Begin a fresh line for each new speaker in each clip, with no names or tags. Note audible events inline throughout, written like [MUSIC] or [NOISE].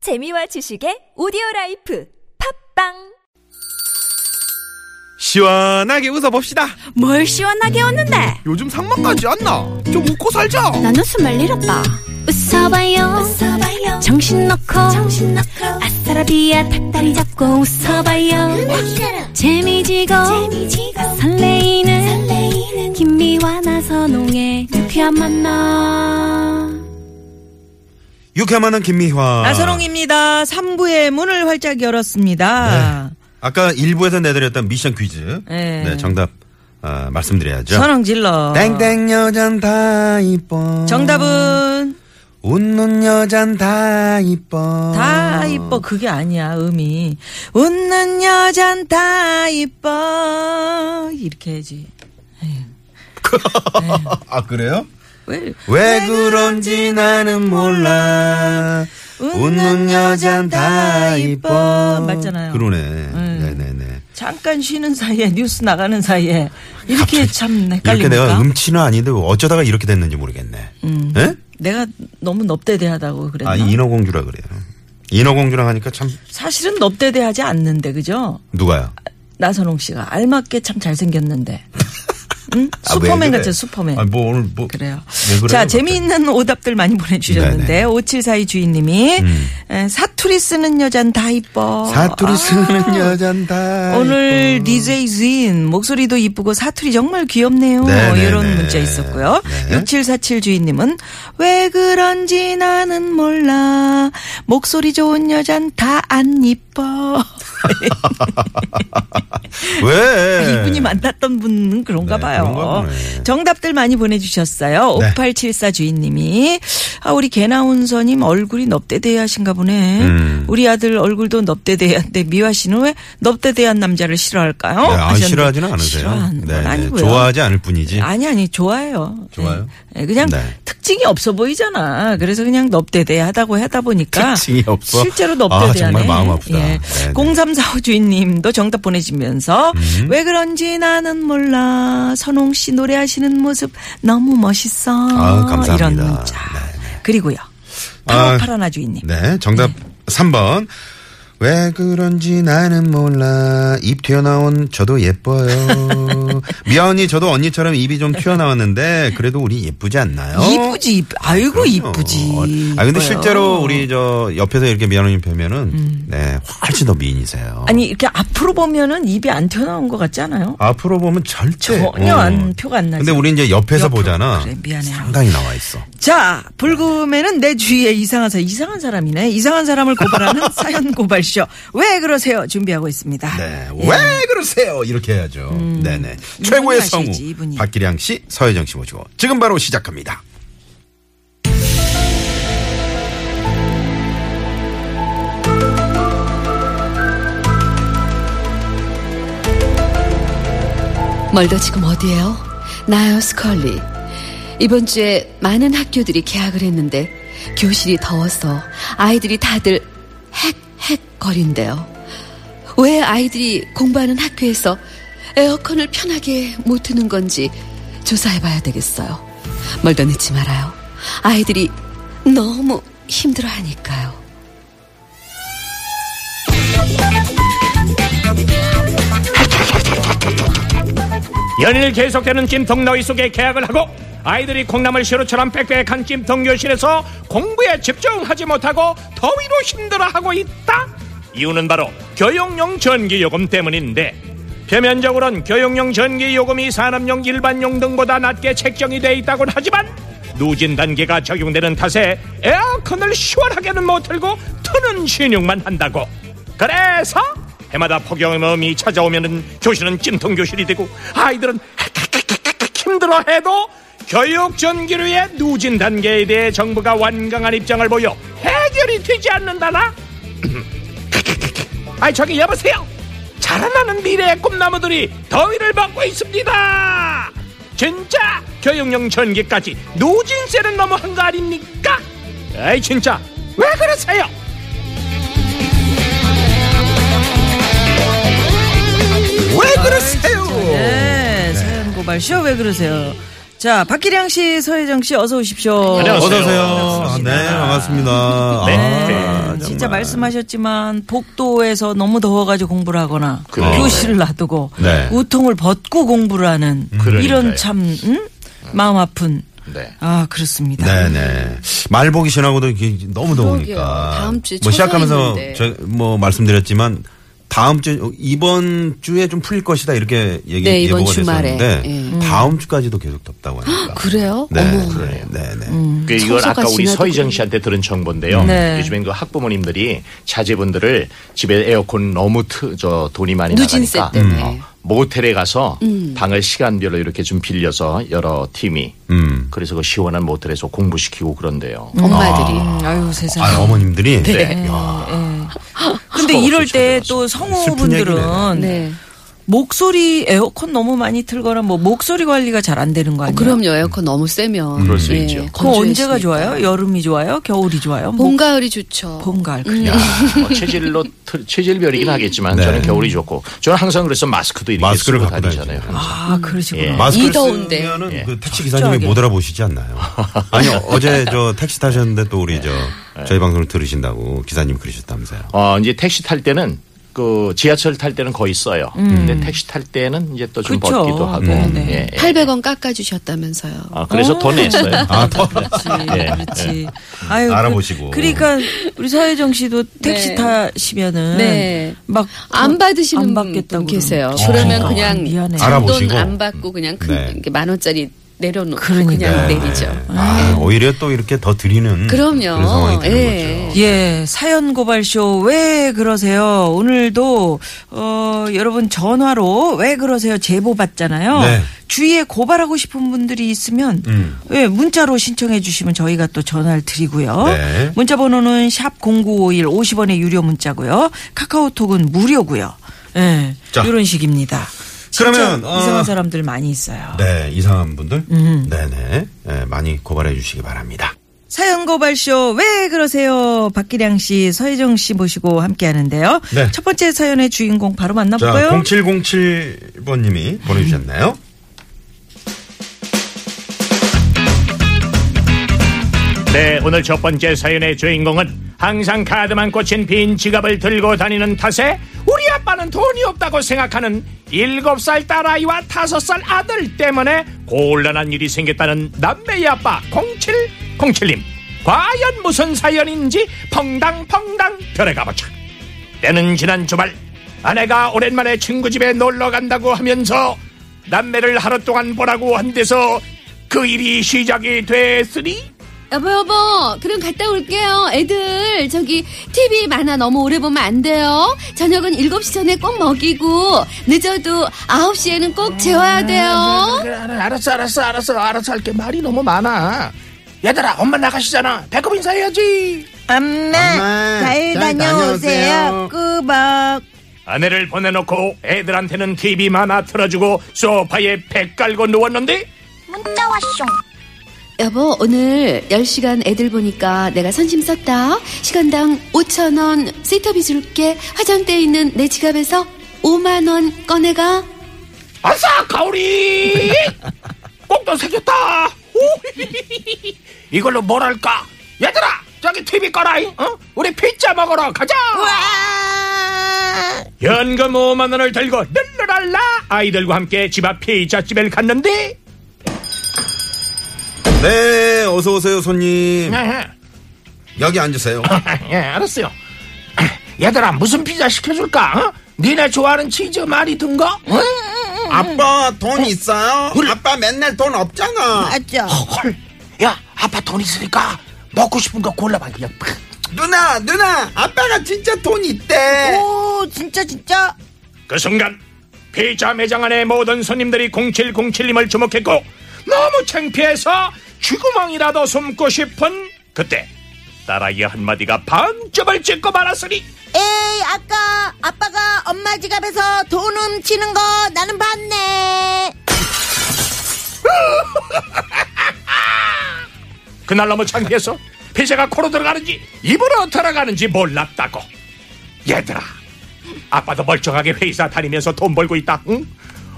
재미와 지식의 오디오 라이프 팝빵
시원하게 웃어봅시다.
뭘 시원하게 웃는데
요즘 상만까지 안 나. 좀 웃고 살자.
난 웃음을 잃었다 웃어봐요, 웃어봐요. 정신 놓고 아싸라비아 닭다리 잡고 웃어봐요 재미지고, 설레이는, 김미와 나선홍의 유쾌한 만남
유쾌한 만한 김미화.
나선홍입니다. 3부의 문을 활짝
네.
열었습니다.
아까 1부에서 내드렸던 미션 퀴즈.
네.
네, 정답 아, 말씀드려야죠.
선홍 질러.
땡땡 여잔 다 이뻐.
정답은
웃는 여잔 다 이뻐.
다 이뻐 그게 아니야 음이 웃는 여잔 다 이뻐 이렇게 해야지.
아 그래요?
왜?
왜 그런지 나는 몰라. 웃는 여잔 다 이뻐. 예.
맞잖아요.
그러네. 네네네.
잠깐 쉬는 사이에 뉴스 나가는 사이에 이렇게 참
이렇게
헷갈립니까? 음.
내가 음치는 아닌데 뭐 어쩌다가 이렇게 됐는지 모르겠네. 예?
내가 너무 넙대대하다고 그랬나?
아, 인어공주라 그래요. 인어공주랑 하니까 참
사실은 넙대대하지 않는데 그죠?
누가요?
나선홍 씨가 알맞게 참 잘생겼는데.
[LAUGHS]
응?
아, 왜
슈퍼맨
그래?
같아, 슈퍼맨.
아니, 뭐 오늘 뭐
그래요.
왜 그래요?
자, 재미있는 오답들 많이 보내주셨는데,
네네. 음.
5742 주인님이, 에, 사투리 쓰는 여잔 다 이뻐.
사투리
아,
쓰는 여잔다.
오늘 DJ 주인 목소리도 이쁘고 사투리 정말 귀엽네요.
네네네.
이런 문자 있었고요.
네.
6747 주인님은 왜 그런지 나는 몰라. 목소리 좋은 여잔 다 안 이뻐.
왜?
아, 이분이 만났던 분은 그런가
네,
봐요.
그런가 보네.
정답들 많이 보내주셨어요.
네.
5874 주인님이 아 우리 개나운서님 얼굴이 넙대대하신가 보네.
음.
우리 아들 얼굴도 넙대대한데 미화 씨는 왜 넙대대한 남자를 싫어할까요?
네, 아,
하셨는데
싫어하지는 않으세요.
싫어하는 건
네, 네.
아니고요. 네,
좋아하지 않을 뿐이지.
아니 아니 좋아요.
예. 좋아요?
네. 네, 그냥
네.
특징이 없어 보이잖아. 그래서 그냥 넙대대하다고 하다 보니까
특징이 없어?
실제로
아,
넙대대하네.
정말 마음 아프다. 네, 네.
0345 주인님도 정답 보내시면서
음.
왜 그런지 나는 몰라. 선홍 씨 노래하시는 모습 너무 멋있어.
아, 감사합니다.
이런 문자.
네,
그리고요.
아.
파워 파라나 주인님.
네, 정답 3번. 왜 그런지 나는 몰라. 입 튀어나온 저도 예뻐요.
[LAUGHS]
미아 언니, 저도 언니처럼 입이 좀 튀어나왔는데, 그래도 우리 예쁘지 않나요?
이쁘지, 이쁘- 아이고
어? 그럼요.
이쁘지.
아 근데
이뻐요.
실제로 우리 저 옆에서 이렇게 미아노님 뵈면은 네 훨씬 더 미인이세요.
음. 아니 이렇게 앞으로 보면은 입이 안 튀어나온 것 같지 않아요?
앞으로 보면 절대 어.
전혀 안- 표가 안 나죠.
네. 근데 우리 이제 옆에서
옆으로.
보잖아.
그래, 미안해요.
상당히 나와 있어.
자, 불금에는 내 주위에 이상한 사람, 이상한 사람이네. 이상한 사람을 고발하는
[LAUGHS]
사연 고발쇼. 왜 그러세요? 준비하고 있습니다.
네.
예. 음.
왜 그러세요? 이렇게 해야죠. 네네. 최고의
아시지,
성우
이분이.
박기량 씨, 서혜정 씨 모시고 지금 바로 시작합니다.
멀더 지금 어디에요? 나요 스컬리 이번 주에 많은 학교들이 개학을 했는데 교실이 더워서 아이들이 다들 헥헥 거린대요 왜 아이들이 공부하는 학교에서 에어컨을 편하게 못 트는 건지 조사해봐야 되겠어요 멀더 늦지 말아요 아이들이 너무 힘들어하니까요
연일 계속되는 찜통 너희 속에 계약을 하고 아이들이 콩나물 시루처럼 빽빽한 찜통 교실에서 공부에 집중하지 못하고 더위로 힘들어하고 있다. 이유는 바로 교육용 전기요금 때문인데 표면적으로는 교육용 전기요금이 산업용 일반용 등보다 낮게 책정이 돼 있다곤 하지만 누진 단계가 적용되는 탓에 에어컨을 시원하게는 못 틀고 트는 신용만 한다고 그래서 해마다 폭염음이 찾아오면은 교실은 찜통 교실이 되고 아이들은 힘들어해도 교육 전기료의 누진 단계에 대해 정부가 완강한 입장을 보여 해결이 되지 않는다나? [CLEARS THROAT] 아이 저기 여보세요 자라나는 미래의 꿈나무들이 더위를 먹고 있습니다 진짜 교육용 전기까지 누진세는 너무한 거 아닙니까? 아이 진짜 왜 그러세요?
아,
왜 그러세요?
네, 사연 고발쇼. 왜 그러세요? 자, 박기량 씨, 서혜정 씨, 어서 오십시오.
안녕하세요.
어서 오세요. 네, 반갑습니다.
네.
아,
진짜
정말.
말씀하셨지만 복도에서 너무 더워가지고 공부를 하거나
그러니까요.
교실을 놔두고
네.
우통을 벗고 공부를 하는
그러니까요.
이런 참 음? 마음 아픈
네.
아 그렇습니다.
네네. 말보기 지나고도 이게 너무 더우니까.
그러게요. 다음 주에
뭐 시작하면서
초서인데.
저, 뭐 말씀드렸지만 다음 주 이번 주에 좀 풀릴 것이다 이렇게 얘기
네, 이번
예보가
주말에.
됐었는데
예. 아,
다음 주까지도 계속 덥다고 하니까.
그래요?
네,
어머. 음.
그래요. 네네.
그 이건
청소가
아까 우리
지나도
서희정
그래요.
씨한테 들은 정보인데요.
네.
요즘엔 그 학부모님들이 자제분들을 집에 에어컨 너무 트, 저 돈이 많이
누진
나가니까 음.
세 때문에. 음.
모텔에 가서 방을 시간별로 이렇게 좀 빌려서 여러 팀이
음.
그래서 그 시원한 모텔에서 공부시키고 그런데요.
음. 엄마들이
아유 세상에.
아 어머님들이.
네.
근데
수가
이럴
없어,
때
저기
또
슬픈
성우분들은
네.
목소리 에어컨 너무 많이 틀거나 뭐 목소리 관리가 잘 안 되는 거 아니에요?
그럼요. 에어컨 너무 세면.
음.
그럴 수 있죠.
그거 언제가
건조했으니까.
좋아요? 여름이 좋아요? 겨울이 좋아요?
봄, 가을이 음. 좋죠.
봄 가을 그래.
네.
야, 뭐 체질로 틀- 체질별이긴 하겠지만
네.
저는 겨울이 좋고 저는 항상 그래서 마스크도 이렇게
마스크를
쓰고
갖고
다니잖아요. 항상.
다니죠.
음.
아 그러시구나.
예.
마스크를
네. 이 더운데.
쓰면은
예.
그 택시 기사님이
철저하게.
못 알아보시지 않나요? 아니 어제 저 택시 타셨는데 또 우리 저 저희 방송을 들으신다고 기사님 그러셨다면서요.
어, 이제 택시 탈 때는 그 지하철 탈 때는 거의 써요. 근데 택시 탈 때는 이제 또 좀
음. 그쵸.
벗기도 하고.
네네.
예, 예.
800원 깎아주셨다면서요.
아, 그래서 더
[LAUGHS]
냈어요.
아 더.
네, 그렇지,
예,
그렇지. 아유,
알아보시고.
그, 그러니까 우리 사회정 씨도 택시
네.
타시면은
네.
막
안
안
받으시는
받겠다고
분 계세요.
그러는데.
그러면
어,
그냥
미안해.
알아- 알아보시고.
돈안 받고 그냥 큰-
네.
이렇게 만 원짜리 내려놓고 그
그러니까요.
냥
네.
내리죠.
아, 오히려 또 이렇게 더 드리는
그럼요.
런 상황이 되는
예.
거죠.
예, 사연 고발쇼 왜 그러세요? 오늘도 어 여러분 전화로 왜 그러세요? 제보 받잖아요.
네.
주위에 고발하고 싶은 분들이 있으면
음.
예, 문자로 신청해 주시면 저희가 또 전화를 드리고요.
네.
문자 번호는 샵 0951 50원의 유료 문자고요. 카카오톡은 무료고요. 예.
자.
이런 식입니다. 진짜
그러면, 어,
이상한 사람들 많이 있어요.
네, 이상한 분들, 네네, 예, 많이 고발해 주시기 바랍니다.
사연 고발쇼 왜 그러세요? 박기량 씨, 서혜정 씨 모시고 함께 하는데요.
네.
첫 번째 사연의 주인공 바로
자,
만나볼까요?
0707번님이 보내주셨나요?
네, 오늘 첫 번째 사연의 주인공은 항상 카드만 꽂힌 빈 지갑을 들고 다니는 탓에 우리 아빠는 돈이 없다고 생각하는 일곱 살 딸아이와 다섯 살 아들 때문에 곤란한 일이 생겼다는 남매의 아빠 0707님. 과연 무슨 사연인지 펑당펑당 별에가보자. 때는 지난 주말 아내가 오랜만에 친구 집에 놀러 간다고 하면서 남매를 하루 동안 보라고 한 데서 그 일이 시작이 됐으니
여보 여보 그럼 갔다 올게요 애들 저기 TV 만화 너무 오래 보면 안 돼요 저녁은 7시 전에 꼭 먹이고 늦어도 9시에는 꼭 재워야 돼요
그래, 알아, 알았어 알았어 알았어 알았어 할게 말이 너무 많아 얘들아 엄마 나가시잖아 배꼽 인사해야지
아,
네,
네.
엄마, 잘 다녀오세요.
꾸벅.
아내를 보내놓고 애들한테는 TV 만화 틀어주고 소파에 배 깔고 누웠는데
여보, 오늘 10시간 애들 보니까 내가 선심 썼다. 시간당 5천원 세터비 줄게. 화장대에 있는 내 지갑에서 5만원 꺼내가.
아싸 [LAUGHS] 가오리 꼭도 생겼다 [LAUGHS] 오히히히히히. 이걸로 뭘 할까 얘들아 저기 TV 꺼라 잉? 어? 우리 피자 먹으러 가자 연금 5만 원을 들고 룰루랄라 아이들과 함께 집 앞 피자집에 갔는데
네, 어서 오세요, 손님.
에헤.
여기 앉으세요.
음,
[LAUGHS] 예, 알았어요. [CLEARS THROAT] 얘들아, 무슨 피자 시켜줄까? 어? 니네 좋아하는 치즈 많이 든 거? 응?
음.
아빠 돈 있어요? 아빠 맨날 돈 없잖아.
어, 헐, 야, 아빠 돈 있으니까 먹고 싶은 거 골라봐, 그냥. 팍.
누나, 누나, 아빠가 진짜 돈 있대.
오, 진짜, 진짜.
그 순간 피자 매장 안에 모든 손님들이 0707님을 주목했고 너무 창피해서 쥐구멍이라도 숨고 싶은 그때 딸아이 한마디가 반점을 찍고 말았으니
에이 아까 아빠가 엄마 지갑에서 돈 훔치는 거 나는 봤네
그날 너무 창피해서 피자가 코로 들어가는지 입으로 들어가는지 몰랐다고 얘들아 아빠도 멀쩡하게 회사 다니면서 돈 벌고 있다 응?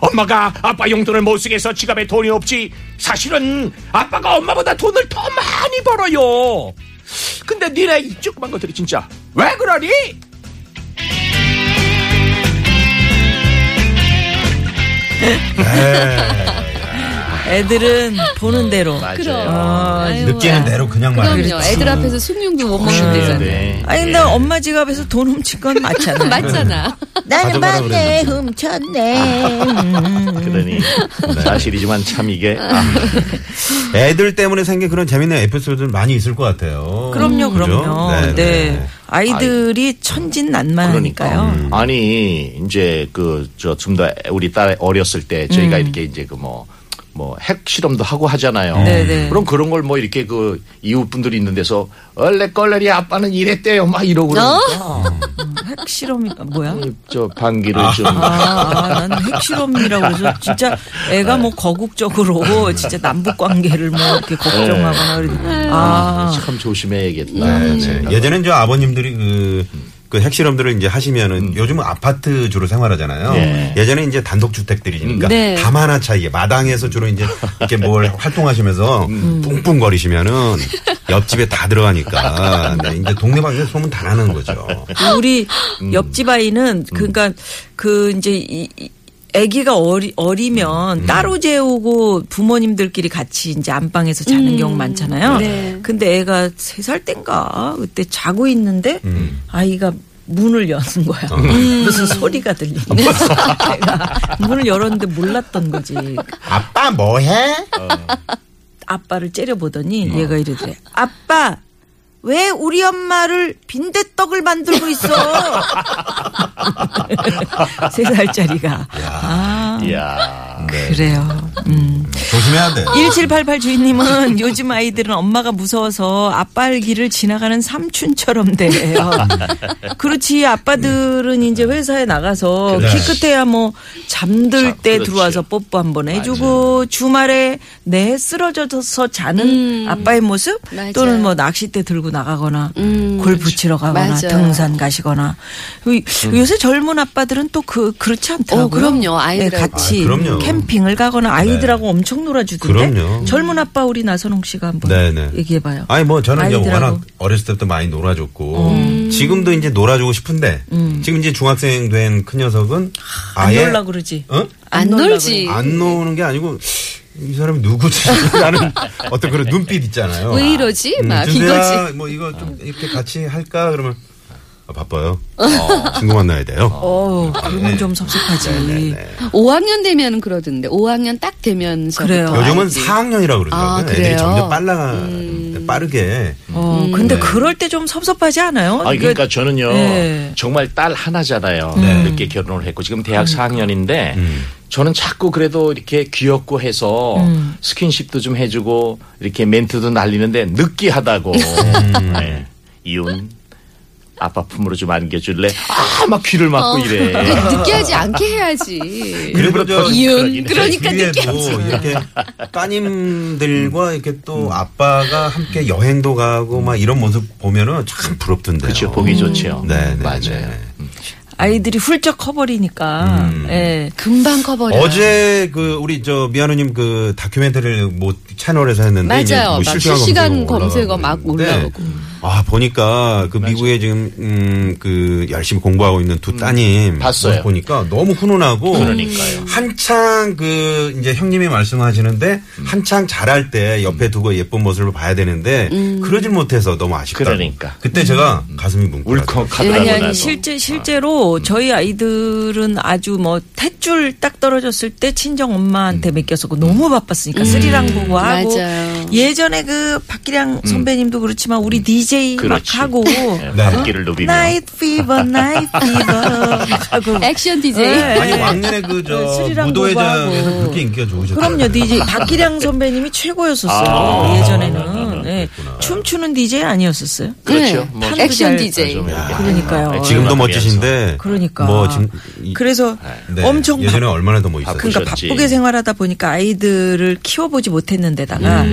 엄마가 아빠 용돈을 못 쓰게 해서 지갑에 돈이 없지 사실은 아빠가 엄마보다 돈을 더 많이 벌어요 근데 니네 이 조그만 것들이 진짜
왜 그러니?
애들은 보는 대로. 아,
아유,
느끼는
야.
대로 그냥 말해.
네, 그럼요. 애들 앞에서 숭늉도 못 먹는
네.
데잖아요.
네.
아니 근데 엄마 지갑에서 돈 훔친 건 예. [LAUGHS]
네.
맞잖아요.
맞잖아.
나는
가져가라
봤네
[LAUGHS]
훔쳤네
그러니 사실이지만 참 이게 아,
애들 때문에 생긴 그런 재밌는 에피소드 많이 있을 것 같아요.
그럼요, 그럼요.
그죠?
네. 아이들이 천진난만하니까요.
그러니까 아니 이제 그 저 좀 더 우리 딸 어렸을 때
음.
저희가 이렇게 이제 그 뭐 뭐 핵 실험도 하고 하잖아요.
네네.
그럼 그런 걸 뭐 이렇게 그 이웃분들이 있는 데서 얼레 껄레리 아빠는 이랬대요 막 이러고
어?
그러니까
핵실험이 뭐야?
저 방귀를 좀
아, 나는 핵실험이라고 해서 진짜 애가 뭐 거국적으로 진짜 남북 관계를 뭐 이렇게 걱정하거나 그래도
음.
아,
참 조심해야겠다.
음.
생각을
네, 예전엔 저 아버님들이 그, 그 핵실험들을 이제 하시면은 요즘은 아파트 주로 생활하잖아요.
네.
예.
예. 전에 이제
음.
단독주택들이니까
네.
담 하나 차이에 마당에서 주로 이제 이렇게 [LAUGHS] 뭘 활동하시면서 뿡뿡 거리시면은 옆집에 다 [LAUGHS] 들어가니까 네, 이제 동네방에서 소문 다 나는 거죠.
우리 옆집 아이는 그러니까 그 이제 이, 이 아기가 어리, 어리면 따로 재우고 부모님들끼리 같이 이제 안방에서 자는 경우 많잖아요.
네.
근데 애가 세 살 땐가 그때 자고 있는데 아이가 문을 여는 거야. 무슨 소리가 [LAUGHS] 들리면서 애가 문을 열었는데 몰랐던 거지.
아빠 뭐해?
아빠를 째려보더니 얘가 이러더래. 아빠! 왜 우리 엄마를 빈대떡을 만들고 있어? [LAUGHS] 세 살짜리가. 아,
이야.
그래요. 음.
조심해야 돼.
1788 주인님은 [LAUGHS] 요즘 아이들은 엄마가 무서워서 아빠 알기를 지나가는 삼촌처럼 대해요. 그렇지 아빠들은 이제 회사에 나가서
그래.
기껏해야 뭐 잠들
자,
때
그렇지.
들어와서 뽀뽀 한 번 해주고 주말에 내 쓰러져서 자는 아빠의 모습
음. 맞아요. 음.
또는 뭐 낚싯대 들고 나가거나 골프 치러 가거나
맞아요.
등산 가시거나 요-
음.
요새 젊은 아빠들은 또 그 그렇지 않더라고요.
어, 그럼요.
네,
아이들
같이
아, 그럼요.
캠핑을 가거나 아이들하고 엄청 놀아주던데
네. 그럼요.
젊은 아빠 우리 나선홍 씨가 한번
네네.
얘기해봐요.
아니 뭐 저는 이제
아이들하고.
워낙 어렸을 때부터 많이 놀아줬고
음.
지금도 이제 놀아주고 싶은데 지금 이제 중학생 된 큰 녀석은
안
아예
놀라 그러지.
어?
안
놀라
놀지.
안 노는 게 아니고 이 사람이 누구지? [LAUGHS] 라는 어떤 그런 눈빛 있잖아요.
왜 이러지?
음,
막
준수야,
이거지.
뭐 이거 좀 이렇게 같이 할까 그러면 아, 바빠요. 어, 친구 만나야 돼요.
어,
아,
그러면
네.
좀 섭섭하지.
5학년 되면 그러던데. 5학년 딱 되면서.
그래요. 어,
요즘은
알지.
4학년이라고 그러더라고요.
아,
애들이
그래요? 음.
점점 빨라 빠르게
어, 근데
네.
그럴 때 좀 섭섭하지 않아요?
음. 아 그러니까 저는요
네.
정말 딸 하나잖아요.
네.
늦게 결혼을 했고 지금 대학 4학년인데
음.
저는 자꾸 그래도 이렇게 귀엽고 해서
음.
스킨십도 좀 해주고 이렇게 멘트도 날리는데 느끼하다고 [LAUGHS] 네. 이윤 아빠 품으로 좀 안겨줄래? 아막 귀를
어.
막고
[LAUGHS]
이래.
느끼하지 않게 해야지.
[LAUGHS] 그리고 저
예. 이윤.
제
그러니까
예, 뒤에도
느끼하지.
이렇게 따님들과 이렇게 또 아빠가 함께 여행도 가고 막 이런 모습 보면은 참 부럽던데요.
그렇죠 보기 좋죠.
네, 네,
맞아요.
네.
아이들이 훌쩍 커버리니까.
음.
예.
금방 커버려.
어제 그 우리 저 미아누님 그 다큐멘터리를 뭐 채널에서 했는데
맞아요.
이제 뭐
막
실시간,
실시간 검색어
검색어
막 올라오고.
아 보니까 그 미국에 지금 음그 열심히 공부하고 있는 두 따님
봤어요.
모습 보니까 너무 훈훈하고
그러니까요.
음. 한창 그 이제 형님이 말씀하시는데
음.
한창 잘할 때 옆에 두고 예쁜 모습을 봐야 되는데 그러질 못해서 너무 아쉽다.
음. 그러니까.
그때 제가 가슴이 뭉클하더라고요.
울컥하더라고
아니, 아니,
나도.
실제,
음.
실제로 저희 아이들은 아주 뭐, 탯줄 딱 떨어졌을 때 친정
음.
엄마한테 맡겼었고, 너무
음.
바빴으니까, 쓰리랑 보고 하고.
맞아요.
예전에 그, 박기량
음.
선배님도 그렇지만, 우리 DJ
그렇지.
[LAUGHS]
막 하고.
네, 밤길을 누비며.
나이트 피버, 나이트 피버. 하고.
액션 네. DJ.
네. 아니
예.
왕년에 그 저
술이랑
무도회장에서
공부하고.
그렇게 인기가 좋으셨어요.
그럼요, DJ. 박기량 선배님이 최고였었어요. 그
아.
예전에는. 예. 춤추는 DJ 아니었었어요?
그렇죠.
네.
뭐
액션
잘-
DJ.
좀 이렇게.
네.
네.
그러니까요.
지금도 멋지신데
그러니까.
뭐 지금 이-
그래서
네,
엄청
예전에
바-
얼마나 더 뭐 있었어요.
그러니까
그러셨지.
바쁘게 생활하다 보니까 아이들을 키워보지 못했는데다가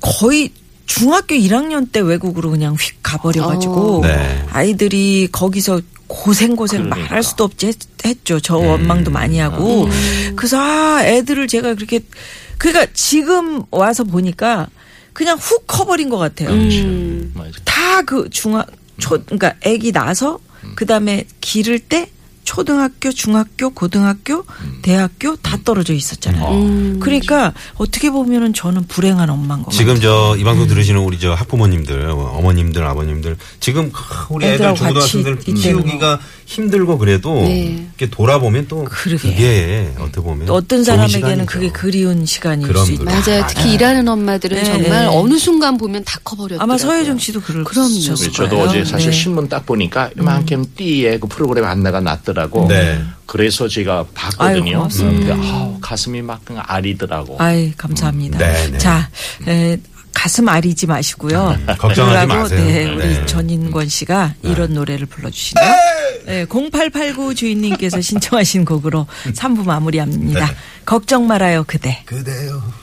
거의 중학교 1학년 때 외국으로 그냥 휙 가버려가지고
어. 네.
아이들이 거기서 고생고생
그러니까.
말할 수도 없이 했, 죠저
음.
원망도 많이 하고 그래서 아 애들을 제가 그렇게 그러니까 지금 음.
음.
와서 보니까 그냥 훅 커버린 것 같아요.
그렇죠. 음. 맞아.
다 그 중학 초 그러니까 아기 나서 그다음에 기를 때 초등학교, 중학교, 고등학교,
음.
대학교 다 떨어져 있었잖아요. 그러니까 어떻게 보면은 저는 불행한 엄마인 것 같아요. 네.
지금 저 이 방송 들으시는 우리 저 학부모님들, 어머님들, 아버님들 지금 크, 우리 애들
애들하고
중고등학생들
같이 있는 네.
키우기가 힘들고 그래도 이렇게 돌아보면 또
그러게요.
그게 어떻게 보면
또 어떤
좋은
사람에게는
시간이죠.
그게 그리운 시간일
그럼
수 있다.
그럼.
맞아요. 특히 일하는 엄마들은
네,
정말
네.
어느 순간 보면 다 커버렸더라고요.
아마 서혜정 씨도 그럴
그럼요.
수
그렇죠.
있을
저도
거예요.
어제 사실
네. 음.
신문 딱 보니까 이만큼 띠에 그 프로그램 안나가 났더라고.
네.
그래서 제가
아유,
봤거든요.
고맙습니다.
근데 아우, 가슴이 막 그냥 아리더라고.
아이 감사합니다.
네, 네.
자 에, 가슴 아리지 마시고요.
걱정하지
그러라고,
마세요.
네, 우리
네.
전인권 씨가 이런 노래를 불러주시네요. 네, 0889 주인님께서 신청하신 곡으로 3부 마무리합니다. 걱정 말아요 그대.
그대요.